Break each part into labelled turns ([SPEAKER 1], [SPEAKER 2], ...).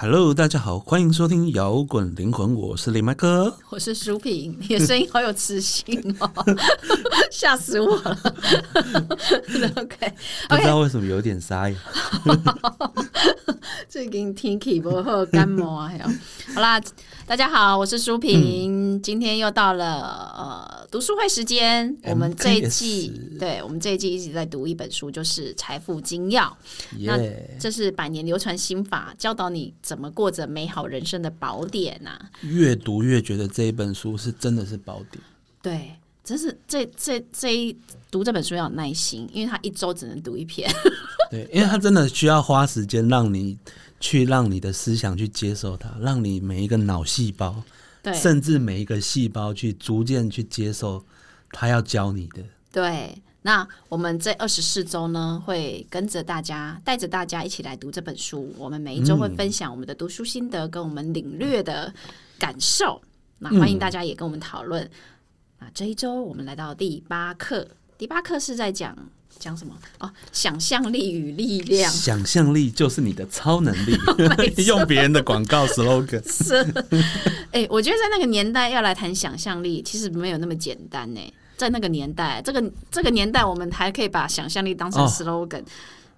[SPEAKER 1] Hello，大家好，欢迎收听摇滚灵魂，我是李麦克。
[SPEAKER 2] 我是舒平，你的声音好有磁性哦， 吓死我了。OK
[SPEAKER 1] 不知道为什么有点沙哑，
[SPEAKER 2] 最近天气不好，感冒啊，还有好啦，大家好，我是舒平，今天又到了呃读书会时间。我们这一季，对我们这一季一直在读一本书，就是《财富精要》，
[SPEAKER 1] 耶、
[SPEAKER 2] 这是百年流传心法，教导你怎么过着美好人生的宝典呐、啊。
[SPEAKER 1] 越读越觉得这一本书是真的是宝典。
[SPEAKER 2] 对，真是这这这一读这本书要有耐心，因为它一周只能读一篇。
[SPEAKER 1] 对，因为它真的需要花时间让你去让你的思想去接受它，让你每一个脑细胞，
[SPEAKER 2] 对，
[SPEAKER 1] 甚至每一个细胞去逐渐去接受它要教你的。
[SPEAKER 2] 对，那我们这二十四周呢，会跟着大家，带着大家一起来读这本书。我们每一周会分享我们的读书心得跟我们领略的感受。那欢迎大家也跟我们讨论。那这一周我们来到第八课，第八课是在讲讲什么？哦，想象力与力量。
[SPEAKER 1] 想象力就是你的超能 力， 用别人的广告 slogan。
[SPEAKER 2] 是，哎、我觉得在那个年代要来谈想象力，其实没有那么简单呢。在那个年代，这个这个年代，我们还可以把想象力当成
[SPEAKER 1] 哦
[SPEAKER 2] slogan，、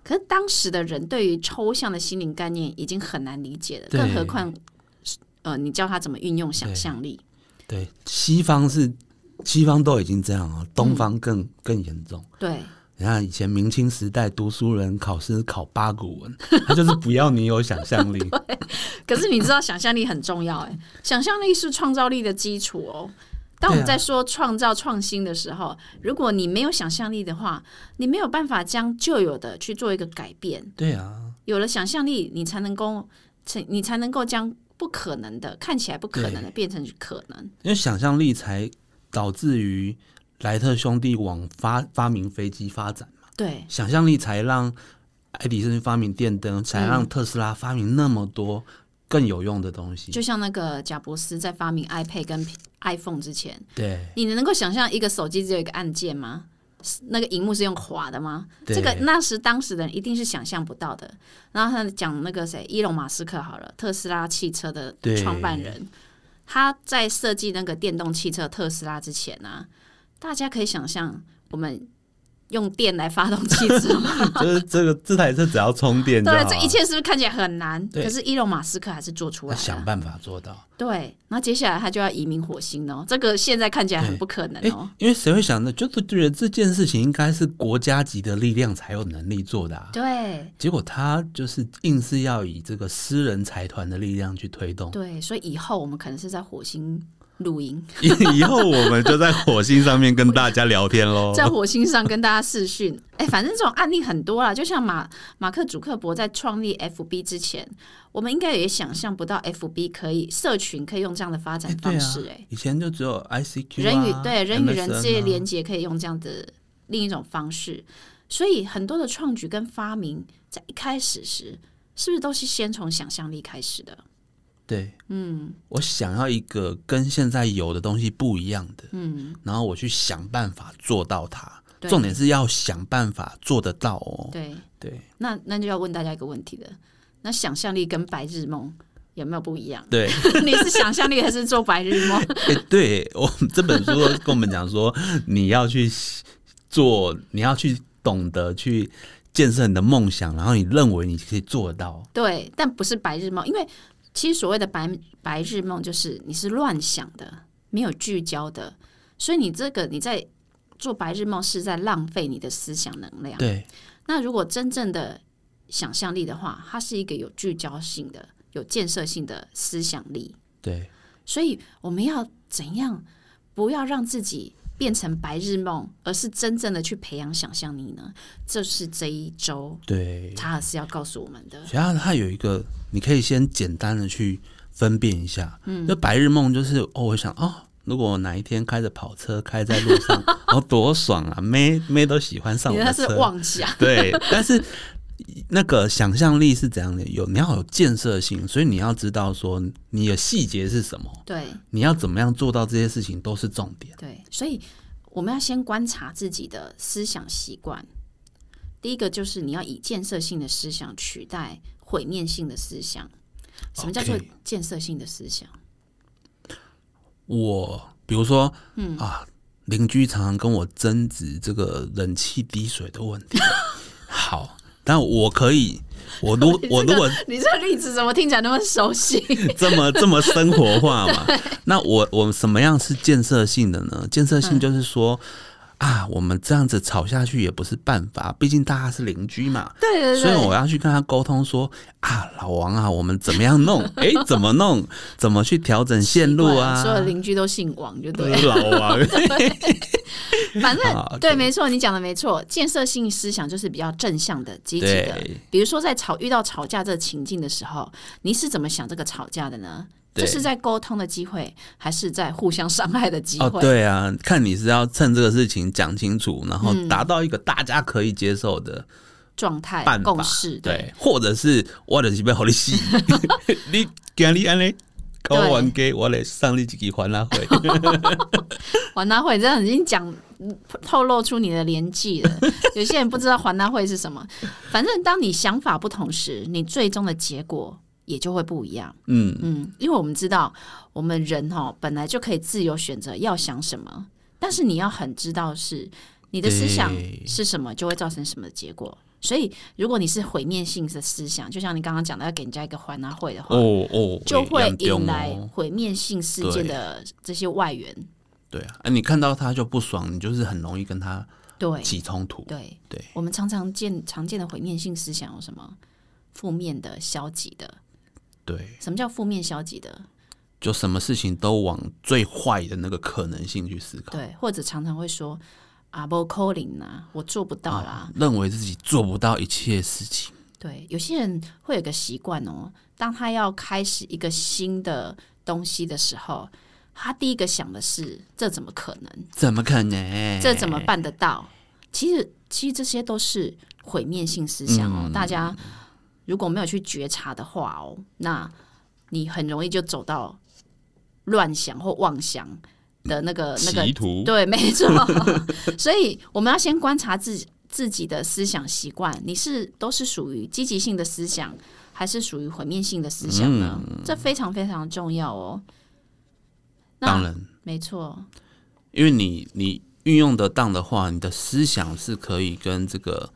[SPEAKER 2] 可是当时的人对于抽象的心灵概念已经很难理解了，
[SPEAKER 1] 对
[SPEAKER 2] 更何况呃，你教他怎么运用想象力？
[SPEAKER 1] 对，西方是西方都已经这样
[SPEAKER 2] 嗯
[SPEAKER 1] 了，东方更、更严重。
[SPEAKER 2] 对
[SPEAKER 1] 你看以前明清时代，读书人考试考八股文，他就是不要你有想 象力。
[SPEAKER 2] 啊可是你知道，想象力很重要，哎，想象力是创造力的基础哦。当我们
[SPEAKER 1] 对啊
[SPEAKER 2] 在说创造创新的时候，如果你没有想象力的话，你没有办法将旧有的去做一个改变。
[SPEAKER 1] 对啊，
[SPEAKER 2] 有了想象力，你才能够，才你才能够将不可能的看起来不可能的变成可能。
[SPEAKER 1] 因为想象力才导致于莱特兄弟往发发明飞机发展嘛，
[SPEAKER 2] 对
[SPEAKER 1] 想象力才让爱迪生发明电灯，才让特斯拉发明那么多更有用的东西。
[SPEAKER 2] 就像那个贾伯斯在发明 iPad 跟 iPhone 之前，
[SPEAKER 1] 对
[SPEAKER 2] 你能够想象一个手机只有一个按键吗？是那个荧幕是用滑的吗？
[SPEAKER 1] 对
[SPEAKER 2] 这个 那时当时的人一定是想象不到的。然后他讲那个谁，伊隆马斯克好了，特斯拉汽车的
[SPEAKER 1] 对
[SPEAKER 2] 创办人，他在设计那个电动汽车特斯拉之前呢、啊，大家可以想象我们用电来发动汽车 吗？
[SPEAKER 1] 就是这个这台车只要充电就好
[SPEAKER 2] 对，啊
[SPEAKER 1] 了，
[SPEAKER 2] 这一切啊是不是看起来很难？
[SPEAKER 1] 对
[SPEAKER 2] 可是伊隆马斯克还是做出
[SPEAKER 1] 他
[SPEAKER 2] 来了
[SPEAKER 1] 想。办法做到。
[SPEAKER 2] 对，那接下来他就要移民火星了哦，这个现在看起来很
[SPEAKER 1] 对
[SPEAKER 2] 不可能
[SPEAKER 1] 诶
[SPEAKER 2] 哦。
[SPEAKER 1] 因为谁会想呢？就是觉得这件事情应该是国家级的力量才有能力做的啊。
[SPEAKER 2] 对，
[SPEAKER 1] 结果他就是硬是要以这个私人财团的力量去推动，
[SPEAKER 2] 对，所以以后我们可能是在火星露营，
[SPEAKER 1] 以后我们就在火星上面跟大家聊天 喽
[SPEAKER 2] 在火星上跟大家视讯。 哎、反正这种案例很多啊啦，就像马马克·祖克伯在创立 FB 之前，我们应该也想象不到 FB 可以社群可以用这样的发展
[SPEAKER 1] 对
[SPEAKER 2] 方
[SPEAKER 1] 啊
[SPEAKER 2] 式、哎、，
[SPEAKER 1] 以前就只有 ICQ，、啊、
[SPEAKER 2] 人与对人与人
[SPEAKER 1] MSN 啊
[SPEAKER 2] 之间的连接可以用这样的另一种方式，所以很多的创举跟发明在一开始时，是不是都是先从想象力开始的？
[SPEAKER 1] 对，嗯，我想要一个跟现在有的东西不一样的，嗯，然后我去想办法做到它。
[SPEAKER 2] 对
[SPEAKER 1] 重点是要想办法做得到哦。
[SPEAKER 2] 对，
[SPEAKER 1] 对？
[SPEAKER 2] 那那就要问大家一个问题了：那想象力跟白日梦有没有不一样
[SPEAKER 1] 对，
[SPEAKER 2] 你是想象力还是做白日梦？
[SPEAKER 1] 哎、对我们这本书都跟我们讲说，你要去做，你要去懂得去建设你的梦想，然后你认为你可以做得到。
[SPEAKER 2] 对，但不是白日梦，因为其实所谓的白白日梦就是你是乱想的，没有聚焦的，所以你这个你在做白日梦是在浪费你的思想能量。
[SPEAKER 1] 对，
[SPEAKER 2] 那如果真正的想象力的话，它是一个有聚焦性的、有建设性的思想力。
[SPEAKER 1] 对，
[SPEAKER 2] 所以我们要怎样不要让自己变成白日梦，而是真正的去培养想象力呢？这是这一周
[SPEAKER 1] 对。
[SPEAKER 2] 查尔斯要告诉我们的。
[SPEAKER 1] 其他它有一个，你可以先简单的去分辨一下。嗯，就白日梦就是哦，我想哦，如果我哪一天开着跑车开在路上， 哦，多爽啊！妹妹都喜欢上
[SPEAKER 2] 你
[SPEAKER 1] 我
[SPEAKER 2] 那
[SPEAKER 1] 的
[SPEAKER 2] 是
[SPEAKER 1] 车。
[SPEAKER 2] 妄想，
[SPEAKER 1] 对，但是那个想象力是怎样的？有你要有建设性，所以你要知道说你的细节是什么，
[SPEAKER 2] 对
[SPEAKER 1] 你要怎么样做到这些事情都是重点。
[SPEAKER 2] 对，所以我们要先观察自己的思想习惯。第一个就是你要以建设性的思想取代毁灭性的思想。什么叫做
[SPEAKER 1] OK
[SPEAKER 2] 建设性的思想？
[SPEAKER 1] 我比如说，嗯啊，邻居常常跟我争执这个冷气滴水的问题。 好，但我可以，我如
[SPEAKER 2] 你这个
[SPEAKER 1] 我如果
[SPEAKER 2] 你这个例子怎么听起来那么 熟悉？
[SPEAKER 1] 这么这么生活化 嘛，那我我什么样是建设性的呢？建设性
[SPEAKER 2] 嗯
[SPEAKER 1] 就是说。啊，我们这样子吵下去也不是办法，毕竟大家是邻居嘛。
[SPEAKER 2] 对对
[SPEAKER 1] 所以
[SPEAKER 2] 对，
[SPEAKER 1] 我要去跟他沟通说啊，老王啊，我们怎么样 弄？哎、怎么弄？怎么去调整线路啊？
[SPEAKER 2] 所有邻居都姓王，就
[SPEAKER 1] 都
[SPEAKER 2] 对了。
[SPEAKER 1] 是老王，
[SPEAKER 2] 反正、
[SPEAKER 1] 好
[SPEAKER 2] 对，
[SPEAKER 1] 啊对
[SPEAKER 2] 没错，你讲的没错。建设性思想就是比较正向的、积极的
[SPEAKER 1] 对。
[SPEAKER 2] 比如说，在吵遇到吵架这个情境的时候，你是怎么想这个吵架的呢？这
[SPEAKER 1] 对
[SPEAKER 2] 是在沟通的机会，还是在互相伤害的机会？
[SPEAKER 1] 哦，对啊，看你是要趁这个事情讲清楚，然后
[SPEAKER 2] 嗯
[SPEAKER 1] 达到一个大家可以接受的
[SPEAKER 2] 状态
[SPEAKER 1] 办、法，
[SPEAKER 2] 共识，
[SPEAKER 1] 对，或者是我就是被好你 死，你今日安尼搞完给我来上你一己 还拉回，
[SPEAKER 2] 环大会，这样已经讲透露出你的年纪 了。有些人不知道环大会是什么，反正当你想法不同时，你最终的结果也就会不一样。
[SPEAKER 1] 嗯，
[SPEAKER 2] 嗯，因为我们知道，我们人哦本来就可以自由选择要想什么，但是你要很知道是你的思想
[SPEAKER 1] 对
[SPEAKER 2] 是什么，就会造成什么的结果。所以，如果你是毁灭性的思想，就像你刚刚讲的，要给人家一个环大会的话，
[SPEAKER 1] 哦哦，
[SPEAKER 2] 就会
[SPEAKER 1] 严重
[SPEAKER 2] 引来
[SPEAKER 1] 哦
[SPEAKER 2] 毁灭性事件的这些外援。
[SPEAKER 1] 对啊，啊你看到他就不爽，你就是很容易跟他
[SPEAKER 2] 对，
[SPEAKER 1] 起冲突，
[SPEAKER 2] 对
[SPEAKER 1] 对，
[SPEAKER 2] 我们常常见常见的毁灭性思想有什么？负面的、消极的。
[SPEAKER 1] 对，
[SPEAKER 2] 什么叫负面消极的？
[SPEAKER 1] 就什么事情都往最坏的那个可能性去思考，
[SPEAKER 2] 对，或者常常会说啊，不 calling 啊，我做不到啦。
[SPEAKER 1] 啊认为自己做不到一切事情，
[SPEAKER 2] 对，有些人会有个习惯哦，当他要开始一个新的东西的时候，他第一个想的是这怎么可能？
[SPEAKER 1] 怎么可能？
[SPEAKER 2] 这怎么办得到？其实，其实这些都是毁灭性思想哦。大家如果没有去觉察的话哦，那你很容易就走到乱想或妄想的那个那个
[SPEAKER 1] 歧途
[SPEAKER 2] 对，没错。所以我们要先观察自己自己的思想习惯，你是都是属于积极性的思想，还是属于毁灭性的思想呢？
[SPEAKER 1] 嗯
[SPEAKER 2] 这非常非常重要哦。
[SPEAKER 1] 当
[SPEAKER 2] 那
[SPEAKER 1] 然，
[SPEAKER 2] 没错，
[SPEAKER 1] 因为你你运用得当的话，你的思想是可以跟这个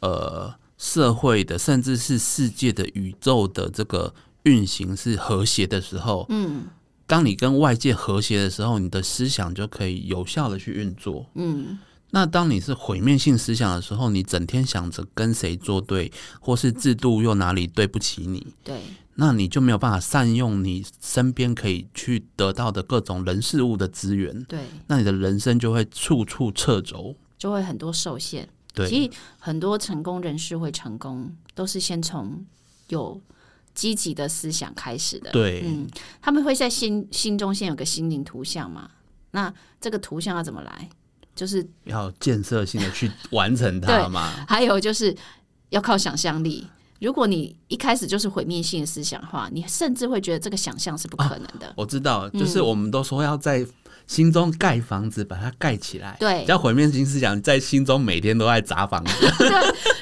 [SPEAKER 1] 呃社会的，甚至是世界的宇宙的这个运行是和谐的时候，嗯，当你跟外界和谐的时候，你的思想就可以有效的去运作，
[SPEAKER 2] 嗯，
[SPEAKER 1] 那当你是毁灭性思想的时候，你整天想着跟谁作对，或是制度又哪里对不起你，
[SPEAKER 2] 对。
[SPEAKER 1] 那你就没有办法善用你身边可以去得到的各种人事物的资源，
[SPEAKER 2] 对，
[SPEAKER 1] 那你的人生就会处处掣肘。
[SPEAKER 2] 就会很多受限。
[SPEAKER 1] 对，
[SPEAKER 2] 其实很多成功人士会成功，都是先从有积极的思想开始的。
[SPEAKER 1] 对
[SPEAKER 2] 嗯，他们会在心心中先有个心灵图像嘛？那这个图像要怎么来？就是
[SPEAKER 1] 要建设性的去完成它嘛。
[SPEAKER 2] 还有就是要靠想象力。如果你一开始就是毁灭性的思想的话，你甚至会觉得这个想象是不可能的。
[SPEAKER 1] 我知道，
[SPEAKER 2] 嗯
[SPEAKER 1] 就是我们都说要在心中盖房子，把它盖起来。
[SPEAKER 2] 对
[SPEAKER 1] 叫毁灭性思想在心中每天都在砸房子，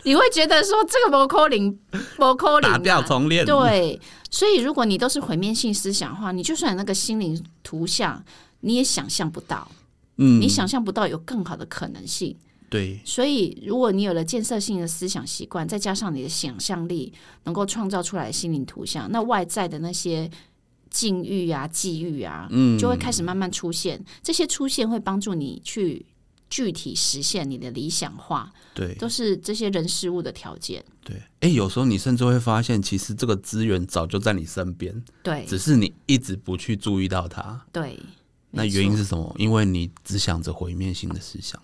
[SPEAKER 2] 你会觉得说这个不可能，不可能啊
[SPEAKER 1] 打掉重练。
[SPEAKER 2] 对，所以如果你都是毁灭性思想的话，你就算有那个心灵图像，你也想象不到，
[SPEAKER 1] 嗯
[SPEAKER 2] 你，想象不到有更好的可能性。
[SPEAKER 1] 对，
[SPEAKER 2] 所以，如果你有了建设性的思想习惯，再加上你的想象力，能够创造出来的心灵图像，那外在的那些境遇啊、际遇啊，嗯，就会开始慢慢出现。这些出现会帮助你去具体实现你的理想化，
[SPEAKER 1] 对，
[SPEAKER 2] 都是这些人事物的条件。
[SPEAKER 1] 对。哎、有时候你甚至会发现，其实这个资源早就在你身边，
[SPEAKER 2] 对
[SPEAKER 1] 只是你一直不去注意到它。
[SPEAKER 2] 对，
[SPEAKER 1] 那
[SPEAKER 2] 没
[SPEAKER 1] 原因
[SPEAKER 2] 错
[SPEAKER 1] 是什么？因为你只想着毁灭性的思想。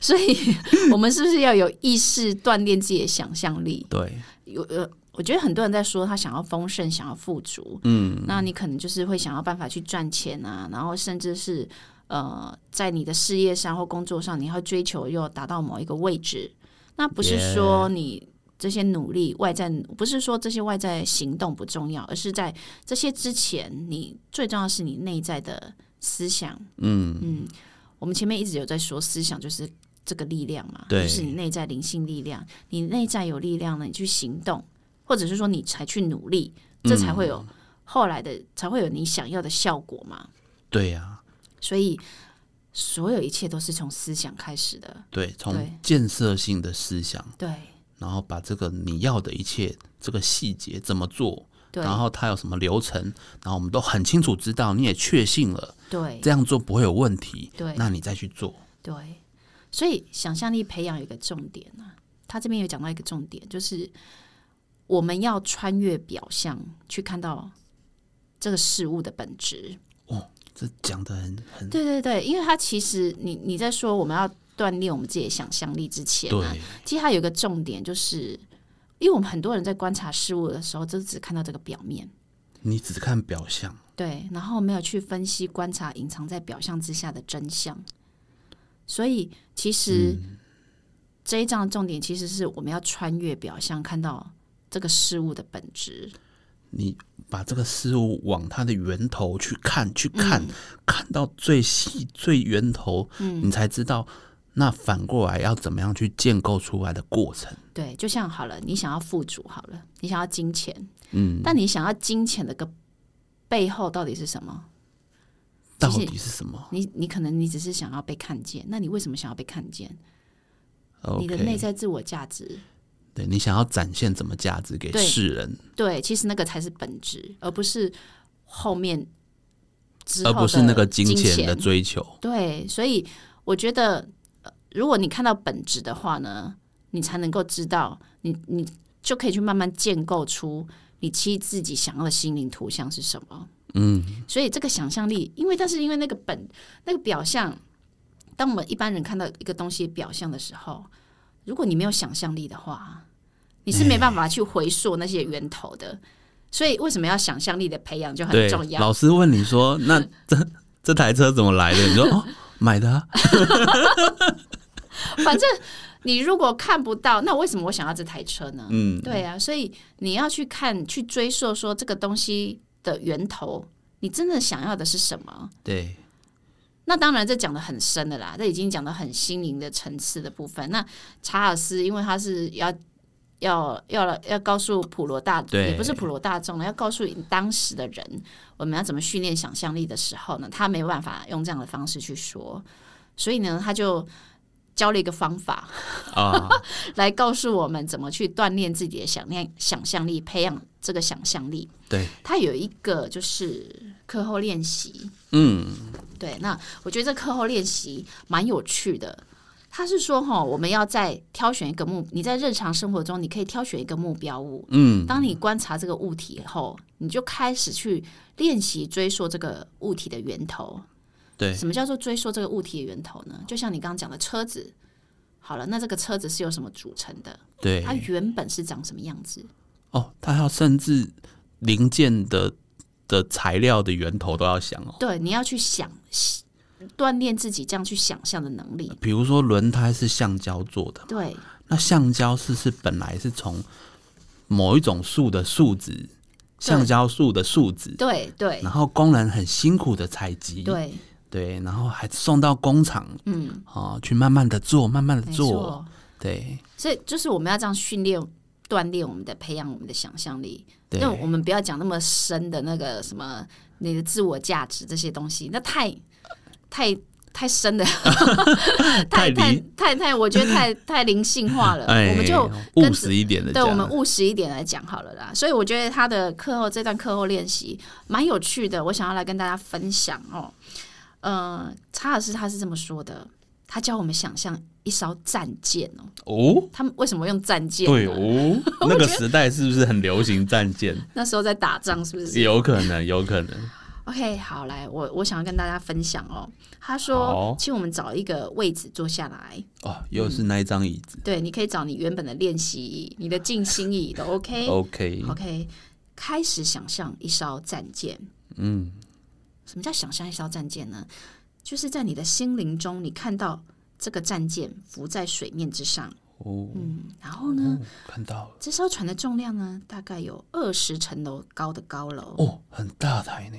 [SPEAKER 2] 所以 我们是不是要有意识锻炼自己的想象力？
[SPEAKER 1] 对，
[SPEAKER 2] 有呃，我觉得很多人在说他想要丰盛，想要富足，嗯，那你可能就是会想要办法去赚钱啊，然后甚至是呃，在你的事业上或工作上，你要追求又达到某一个位置，那不是
[SPEAKER 1] Yeah
[SPEAKER 2] 说你。这些努力外在不是说这些外在行动不重要，而是在这些之前，你最重要的是你内在的思想。嗯嗯，我们前面一直有在说，思想就是这个力量嘛，
[SPEAKER 1] 对
[SPEAKER 2] 就是你内在灵性力量。你内在有力量了，你去行动，或者是说你才去努力，这才会有
[SPEAKER 1] 嗯
[SPEAKER 2] 后来的，才会有你想要的效果嘛。
[SPEAKER 1] 对呀、
[SPEAKER 2] 所以，所有一切都是从思想开始的。
[SPEAKER 1] 对，
[SPEAKER 2] 对
[SPEAKER 1] 从建设性的思想，
[SPEAKER 2] 对
[SPEAKER 1] 然后把这个你要的一切这个细节怎么做，
[SPEAKER 2] 对
[SPEAKER 1] 然后它有什么流程，然后我们都很清楚知道，你也确信了
[SPEAKER 2] 对
[SPEAKER 1] 这样做不会有问题，
[SPEAKER 2] 对
[SPEAKER 1] 那你再去做。
[SPEAKER 2] 对，所以想象力培养有一个重点啊，他这边有讲到一个重点，就是我们要穿越表象去看到这个事物的本质。
[SPEAKER 1] 哦，这讲的很很
[SPEAKER 2] 对对对，因为他其实你你在说我们要锻炼我们自己的想象力之前、啊，
[SPEAKER 1] 对，
[SPEAKER 2] 其实它有一个重点，就是因为我们很多人在观察事物的时候，就只看到这个表面，
[SPEAKER 1] 你只看表象，
[SPEAKER 2] 对，然后没有去分析、观察隐藏在表象之下的真相。所以，其实、
[SPEAKER 1] 嗯
[SPEAKER 2] 这一章的重点其实是我们要穿越表象，看到这个事物的本质。
[SPEAKER 1] 你把这个事物往它的源头去看，去
[SPEAKER 2] 嗯
[SPEAKER 1] 看，看到最细最源头，你才知道。那反过来要怎么样去建构出来的过程？
[SPEAKER 2] 对，就像好了，你想要富足好了，你想要金钱，嗯，但你想要金钱的个背后到底是什么？
[SPEAKER 1] 到
[SPEAKER 2] 其实
[SPEAKER 1] 底是什么
[SPEAKER 2] 你你可能你只是想要被看见，那你为什么想要被看见？你的内
[SPEAKER 1] ？OK，
[SPEAKER 2] 在自我价值，
[SPEAKER 1] 对你想要展现什么价值给
[SPEAKER 2] 对
[SPEAKER 1] 世人，
[SPEAKER 2] 对，其实那个才是本质，而不是后面之后
[SPEAKER 1] 而
[SPEAKER 2] 的
[SPEAKER 1] 不是那个
[SPEAKER 2] 金
[SPEAKER 1] 钱的追求。
[SPEAKER 2] 对，所以我觉得，呃如果你看到本质的话呢，你才能够知道，你你就可以去慢慢建构出你其实自己想要的心灵图像是什么。嗯，所以这个想象力，因为但是因为那个本那个表象，当我们一般人看到一个东西表象的时候，如果你没有想象力的话，你是没办法去回溯那些源头的。所以为什么要想象力的培养就很
[SPEAKER 1] 对
[SPEAKER 2] 重，要？
[SPEAKER 1] 老师问你 说：“那这这台车怎么来的？”你说：“哦，买的、啊。
[SPEAKER 2] 反正你如果看不到，那为什么我想要这台车呢？嗯，对啊，所以你要去看、去追溯，说这个东西的源头，你真的想要的是什么？”
[SPEAKER 1] 对，
[SPEAKER 2] 那当然，这讲的很深的啦，这已经讲的很心灵的层次的部分。那查尔斯，因为他是要要要要告诉普罗大，
[SPEAKER 1] 对
[SPEAKER 2] 也不是普罗大众了，要告诉当时的人，我们要怎么训练想象力的时候呢，他没有办法用这样的方式去说，所以呢，他就教了一个方法，
[SPEAKER 1] 啊，
[SPEAKER 2] 来告诉我们怎么去锻炼自己的想念、想象力，培养这个想象力。
[SPEAKER 1] 对，
[SPEAKER 2] 它有一个就是课后练习，嗯，对。那我觉得这课后练习蛮有趣的。他是说哈，我们要在挑选一个目，你在日常生活中你可以挑选一个目标物，嗯，当你观察这个物体后，你就开始去练习追溯这个物体的源头，
[SPEAKER 1] 对，
[SPEAKER 2] 什么叫做追溯这个物体的源头呢？就像你刚刚讲的车子，好了，那这个车子是由什么组成的？
[SPEAKER 1] 对
[SPEAKER 2] 它，原本是长什么样子？
[SPEAKER 1] 哦，他要甚至零件的的材料的源头都要想哦。
[SPEAKER 2] 对，你要去想，锻炼自己这样去想象的能力。
[SPEAKER 1] 比如说轮胎是橡胶做的，
[SPEAKER 2] 对
[SPEAKER 1] 那橡胶是是本来是从某一种树的树脂，橡胶树的树脂，
[SPEAKER 2] 对对
[SPEAKER 1] 然后工人很辛苦的采集，
[SPEAKER 2] 对，
[SPEAKER 1] 对，然后还送到工厂，嗯，哦，去慢慢的做，慢慢的
[SPEAKER 2] 没
[SPEAKER 1] 做，
[SPEAKER 2] 错。
[SPEAKER 1] 对，
[SPEAKER 2] 所以就是我们要这样训练、锻炼我们的、培养我们的想象力。
[SPEAKER 1] 对
[SPEAKER 2] 那我们不要讲那么深的那个什么你的自我价值这些东西，那太太太 深的，
[SPEAKER 1] 太
[SPEAKER 2] 太太
[SPEAKER 1] 离
[SPEAKER 2] 太太，我觉得太太灵性化了。
[SPEAKER 1] 哎，
[SPEAKER 2] 呃我们就跟
[SPEAKER 1] 务实一点的
[SPEAKER 2] 对
[SPEAKER 1] 讲，
[SPEAKER 2] 我们务实一点来讲好了啦。所以我觉得他的课后这段课后练习蛮有趣的，我想要来跟大家分享哦。呃，查尔斯他是这么说的，他教我们想象一艘战舰哦。
[SPEAKER 1] 哦，
[SPEAKER 2] 他们为什么用战舰？
[SPEAKER 1] 对，哦， 那个时代是不是很流行战舰？
[SPEAKER 2] 那时候在打仗是不是
[SPEAKER 1] 有可能，有可能，
[SPEAKER 2] ？OK，好，来，我我想要跟大家分享哦。他
[SPEAKER 1] 好
[SPEAKER 2] 说，请我们找一个位置坐下来。
[SPEAKER 1] 哦，又是那一张椅子
[SPEAKER 2] 对，你可以找你原本的练习椅、你的静心椅都 OK。
[SPEAKER 1] ，OK，
[SPEAKER 2] OK，开始想象一艘战舰。嗯，什么叫想象一艘战舰呢？就是在你的心灵中，你看到这个战舰浮在水面之上。
[SPEAKER 1] 哦，
[SPEAKER 2] 嗯，然后呢，
[SPEAKER 1] 看到了，
[SPEAKER 2] 这艘船的重量呢，大概有二十层楼高的高楼，
[SPEAKER 1] 哦，很大台呢，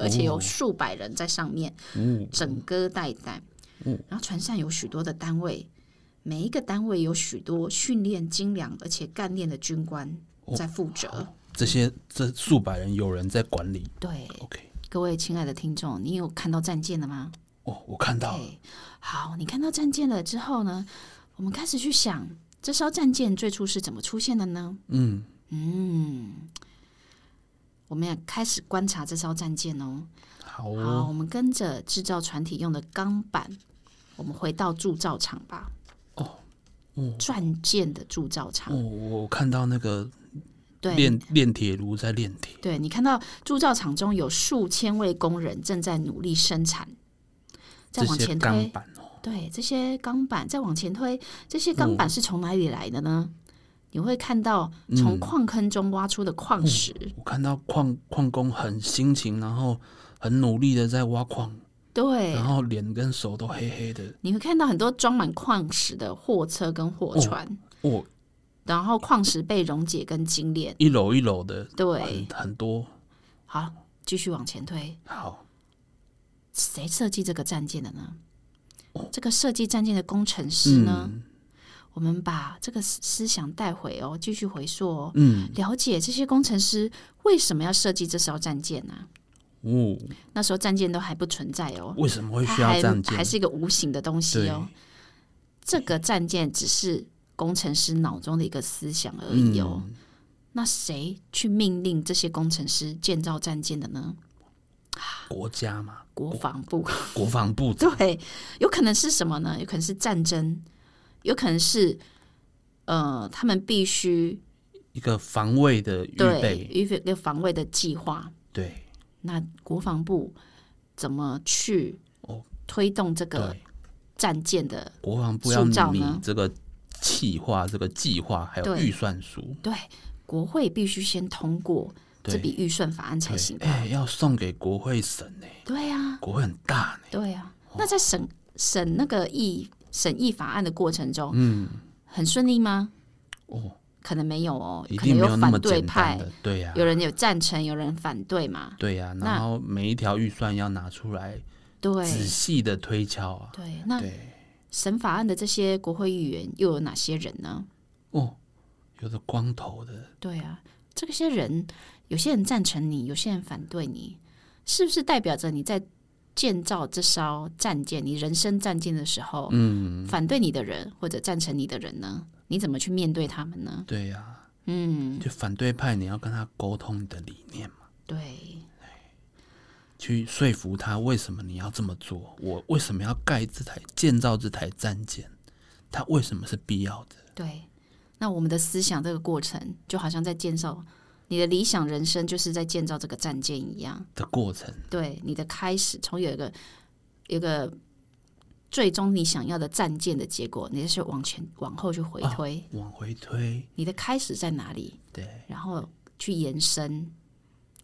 [SPEAKER 2] 而且有数百人在上面，整戈待旦。然后船上有许多的单位，每一个单位有许多训练精良而且干练的军官在负责。
[SPEAKER 1] 这些这数百人有人在管理。
[SPEAKER 2] 对，
[SPEAKER 1] OK，
[SPEAKER 2] 各位亲爱的听众，你有看到战舰了吗？
[SPEAKER 1] 哦，我看到了，
[SPEAKER 2] 对，好，你看到战舰了之后呢，我们开始去想这艘战舰最初是怎么出现的呢？
[SPEAKER 1] 嗯，
[SPEAKER 2] 嗯，我们也开始观察这艘战舰哦。
[SPEAKER 1] 好
[SPEAKER 2] 好，
[SPEAKER 1] 哦，
[SPEAKER 2] 我们跟着制造船体用的钢板，我们回到铸造厂吧。
[SPEAKER 1] 哦，哦
[SPEAKER 2] 战舰的铸造
[SPEAKER 1] 哦，
[SPEAKER 2] 厂，
[SPEAKER 1] 我我看到那个
[SPEAKER 2] 对
[SPEAKER 1] 炼炼铁炉在炼铁，
[SPEAKER 2] 对，你看到铸造厂中有数千位工人正在努力生产。再
[SPEAKER 1] 这
[SPEAKER 2] 往
[SPEAKER 1] 些
[SPEAKER 2] 前
[SPEAKER 1] 钢
[SPEAKER 2] 推，
[SPEAKER 1] 板哦，
[SPEAKER 2] 对这些钢板，再往前推，这些钢板是从哪里来的呢？你会看到
[SPEAKER 1] 嗯
[SPEAKER 2] 从
[SPEAKER 1] 哦
[SPEAKER 2] 矿坑中挖出的矿石，
[SPEAKER 1] 我看到矿矿工很辛勤，然后很努力的在挖矿，
[SPEAKER 2] 对，
[SPEAKER 1] 然后脸跟手都黑黑的。
[SPEAKER 2] 你会看到很多装满矿石的货车跟货船，
[SPEAKER 1] 哦，
[SPEAKER 2] 然后矿石被溶解跟精炼。
[SPEAKER 1] 一篓一篓的，很
[SPEAKER 2] 对，
[SPEAKER 1] 很多。
[SPEAKER 2] 好，继续往前推，
[SPEAKER 1] 好，
[SPEAKER 2] 谁设计这个战舰的呢？
[SPEAKER 1] 哦
[SPEAKER 2] 这个设计战舰的工程师
[SPEAKER 1] 嗯
[SPEAKER 2] 呢？我们把这个思思想带回哦，继续回溯哦，
[SPEAKER 1] 嗯，
[SPEAKER 2] 了解这些工程师为什么要设计这艘战舰呢、
[SPEAKER 1] 哦，
[SPEAKER 2] 那时候战舰都还不存在哦，
[SPEAKER 1] 为什么会
[SPEAKER 2] 它
[SPEAKER 1] 需要
[SPEAKER 2] 还
[SPEAKER 1] 这样建
[SPEAKER 2] 还？是一个无形的东西
[SPEAKER 1] 对
[SPEAKER 2] 哦。这个战舰只是工程师脑中的一个思想而
[SPEAKER 1] 嗯
[SPEAKER 2] 已哦。那谁去命令这些工程师建造战舰的呢？
[SPEAKER 1] 国家嘛，
[SPEAKER 2] 国防部。
[SPEAKER 1] 国防部长
[SPEAKER 2] 对，有可能是什么呢？有可能是战争，有可能是呃，他们必须
[SPEAKER 1] 一个防卫的预
[SPEAKER 2] 对
[SPEAKER 1] 备，
[SPEAKER 2] 一个一个防卫的计划。
[SPEAKER 1] 对
[SPEAKER 2] 那国防部怎么去
[SPEAKER 1] 哦
[SPEAKER 2] 推动这个
[SPEAKER 1] 对，
[SPEAKER 2] 战舰的？
[SPEAKER 1] 国防部要
[SPEAKER 2] 塑造
[SPEAKER 1] 拟
[SPEAKER 2] 呢
[SPEAKER 1] 这个企划、这个计划还有
[SPEAKER 2] 对
[SPEAKER 1] 预算书，
[SPEAKER 2] 对，国会必须先通过这
[SPEAKER 1] 对
[SPEAKER 2] 笔预算法案才
[SPEAKER 1] 对
[SPEAKER 2] 行吧？
[SPEAKER 1] 哎，要送给国会审呢，
[SPEAKER 2] 对啊，
[SPEAKER 1] 国会很大呢，
[SPEAKER 2] 对啊。那在审审那个议审议法案的过程中，
[SPEAKER 1] 嗯，
[SPEAKER 2] 很顺利吗？
[SPEAKER 1] 哦，
[SPEAKER 2] 可能没有哦，
[SPEAKER 1] 一
[SPEAKER 2] 可能
[SPEAKER 1] 定没有那
[SPEAKER 2] 反
[SPEAKER 1] 么
[SPEAKER 2] 对
[SPEAKER 1] 简单
[SPEAKER 2] 派，
[SPEAKER 1] 的，对呀，
[SPEAKER 2] 有人有赞成，有人反对嘛？
[SPEAKER 1] 对呀，
[SPEAKER 2] 那
[SPEAKER 1] 然后每一条预算要拿出来仔
[SPEAKER 2] 对
[SPEAKER 1] 细的推敲啊，
[SPEAKER 2] 对，那
[SPEAKER 1] 对。
[SPEAKER 2] 审法案的这些国会议员又有哪些人呢？
[SPEAKER 1] 哦，有的光头的，
[SPEAKER 2] 对啊，这些人有些人赞成你，有些人反对你，是不是代表着你在建造这艘战舰，你人生战舰的时候，嗯，反对你的人或者赞成你的人呢？你怎么去面对他们呢？
[SPEAKER 1] 对呀、
[SPEAKER 2] 嗯，
[SPEAKER 1] 就反对派，你要跟他沟通你的理念嘛，
[SPEAKER 2] 对
[SPEAKER 1] 去说服他为什么你要这么做，我为什么要盖这台建造这台战舰，它为什么是必要的？
[SPEAKER 2] 对。那我们的思想这个过程，就好像在建造你的理想人生，就是在建造这个战舰一样。
[SPEAKER 1] 的过程，
[SPEAKER 2] 对你的开始，从有一个有一个最终你想要的战舰的结果，你就是往前往后去
[SPEAKER 1] 哦
[SPEAKER 2] 回推，
[SPEAKER 1] 往回推，
[SPEAKER 2] 你的开始在哪里，
[SPEAKER 1] 对
[SPEAKER 2] 然后去延伸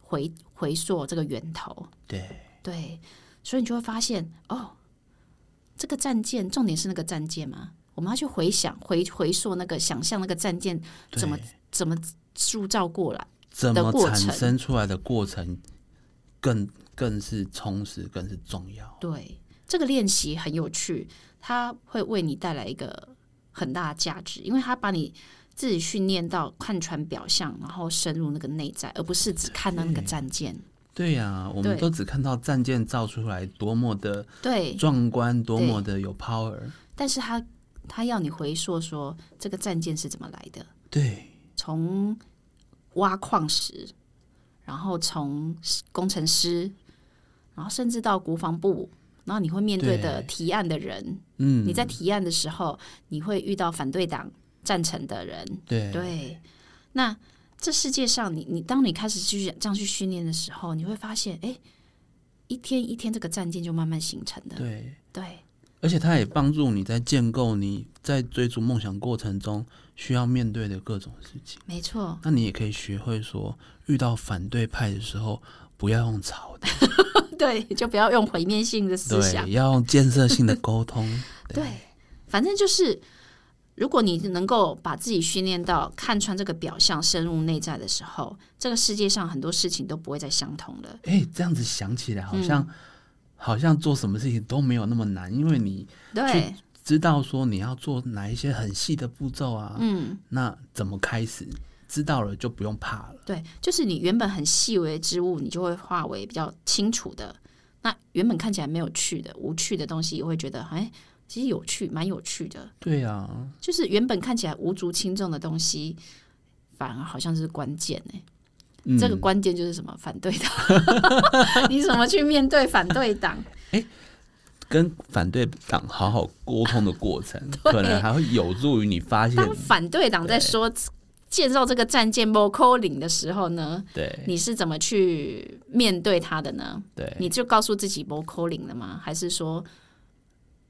[SPEAKER 2] 回回溯这个源头，
[SPEAKER 1] 对，
[SPEAKER 2] 对，所以你就会发现哦，这个战舰重点是那个战舰嘛，我们要去回想回回溯那个想象那个战舰
[SPEAKER 1] 对
[SPEAKER 2] 怎么怎么塑造过来，
[SPEAKER 1] 怎
[SPEAKER 2] 的
[SPEAKER 1] 么
[SPEAKER 2] 过
[SPEAKER 1] 产
[SPEAKER 2] 程
[SPEAKER 1] 生出来的过程更更是充实，更是重要。
[SPEAKER 2] 对，这个练习很有趣，它会为你带来一个很大的价值，因为它把你自己训练到看穿表象，然后深入那个内在，而不是只看到那个战舰。
[SPEAKER 1] 对呀、我们
[SPEAKER 2] 对
[SPEAKER 1] 都只看到战舰造出来多么的
[SPEAKER 2] 对，
[SPEAKER 1] 壮观，多么的有 power。
[SPEAKER 2] 但是它它要你回溯说这个战舰是怎么来的，
[SPEAKER 1] 对，
[SPEAKER 2] 从挖矿石，然后从工程师，然后甚至到国防部。然后你会面对的
[SPEAKER 1] 对
[SPEAKER 2] 提案的人，
[SPEAKER 1] 嗯，
[SPEAKER 2] 你在提案的时候，你会遇到反对党、赞成的人，
[SPEAKER 1] 对
[SPEAKER 2] 对，那这世界上你，你当你开始去这样去训练的时候，你会发现，哎，一天一天这个战舰就慢慢形成的。
[SPEAKER 1] 对，
[SPEAKER 2] 对
[SPEAKER 1] 而且它也帮助你在建构你在追逐梦想过程中需要面对的各种事情。
[SPEAKER 2] 没错，
[SPEAKER 1] 那你也可以学会说，遇到反对派的时候，不要用吵的，
[SPEAKER 2] 对，就不要用毁灭性的 思想
[SPEAKER 1] 对，。要用建设性的沟通。
[SPEAKER 2] 对，反正就是，如果你能够把自己训练到看穿这个表象，深入内在的时候，这个世界上很多事情都不会再相同了。
[SPEAKER 1] 哎、这样子
[SPEAKER 2] 嗯
[SPEAKER 1] 想起来好像、好像做什么事情都没有那么难，因为你
[SPEAKER 2] 对，
[SPEAKER 1] 知道说你要做哪一些很细的步骤啊，
[SPEAKER 2] 嗯，
[SPEAKER 1] 那怎么开始？知道了就不用怕了。
[SPEAKER 2] 对，就是你原本很细微的织物，你就会化为比较清楚的。那原本看起来没有趣的、无趣的东西，也会觉得哎，其实有趣，蛮有趣的。
[SPEAKER 1] 对啊，
[SPEAKER 2] 就是原本看起来无足轻重的东西，反而好像是关键哎、
[SPEAKER 1] 嗯、
[SPEAKER 2] 这个关键就是什么？反对党， 你怎么去面对反对党？，
[SPEAKER 1] 跟反对党好好沟通的过程
[SPEAKER 2] 对
[SPEAKER 1] 可能还会有助于你发现，
[SPEAKER 2] 当反对党在说建造这个战舰 m o c o l i n 的时候呢，
[SPEAKER 1] 对
[SPEAKER 2] 你是怎么去面对他的呢？
[SPEAKER 1] 对，
[SPEAKER 2] 你就告诉自己 m o c o l i n 了吗？还是说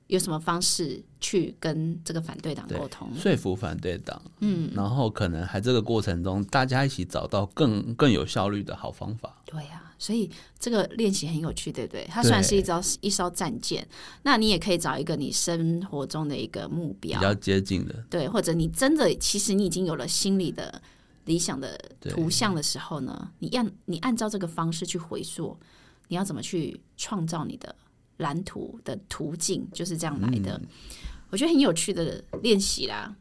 [SPEAKER 2] 有什么方式去跟这个反对党
[SPEAKER 1] 对
[SPEAKER 2] 沟通？
[SPEAKER 1] 说服反对党，嗯，然后可能还这个过程中，大家一起找到更更有效率的好方法。
[SPEAKER 2] 对呀、所以这个练习很有趣，对不对？它虽然
[SPEAKER 1] 对
[SPEAKER 2] 是一招一艘战舰，那你也可以找一个你生活中的一个目
[SPEAKER 1] 比
[SPEAKER 2] 标，
[SPEAKER 1] 较接近的，
[SPEAKER 2] 对，或者你真的其实你已经有了心里的理想的
[SPEAKER 1] 对
[SPEAKER 2] 图像的时候呢，你按你按照这个方式去回溯，你要怎么去创造你的蓝图的途径，就是这样来的。
[SPEAKER 1] 嗯
[SPEAKER 2] 我觉得很有趣的练习啦。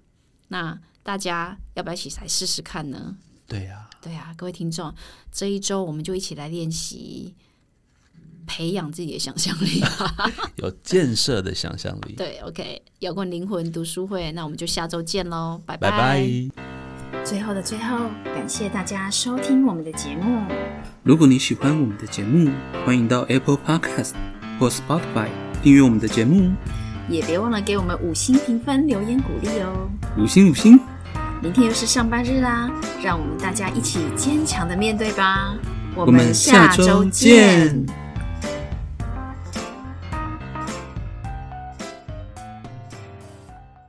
[SPEAKER 2] 那大家要不要一起来试试看呢？
[SPEAKER 1] 对呀、
[SPEAKER 2] 对啊，各位听众，这一周我们就一起来练习培养自己的想象力。
[SPEAKER 1] 有建设的想象力。
[SPEAKER 2] 对，OK，摇滚灵魂读书会，那我们就下周见喽，
[SPEAKER 1] 拜拜。
[SPEAKER 3] 最后的最后，感谢大家收听我们的节目。
[SPEAKER 1] 如果你喜欢我们的节目，欢迎到 Apple Podcast 或 Spotify 订阅我们的节目，
[SPEAKER 3] 也别忘了给我们五星评分、留言鼓励哦。
[SPEAKER 1] 五星五星。
[SPEAKER 3] 明天又是上班日啦，让我们大家一起坚强的面对吧。我
[SPEAKER 1] 我们下周见。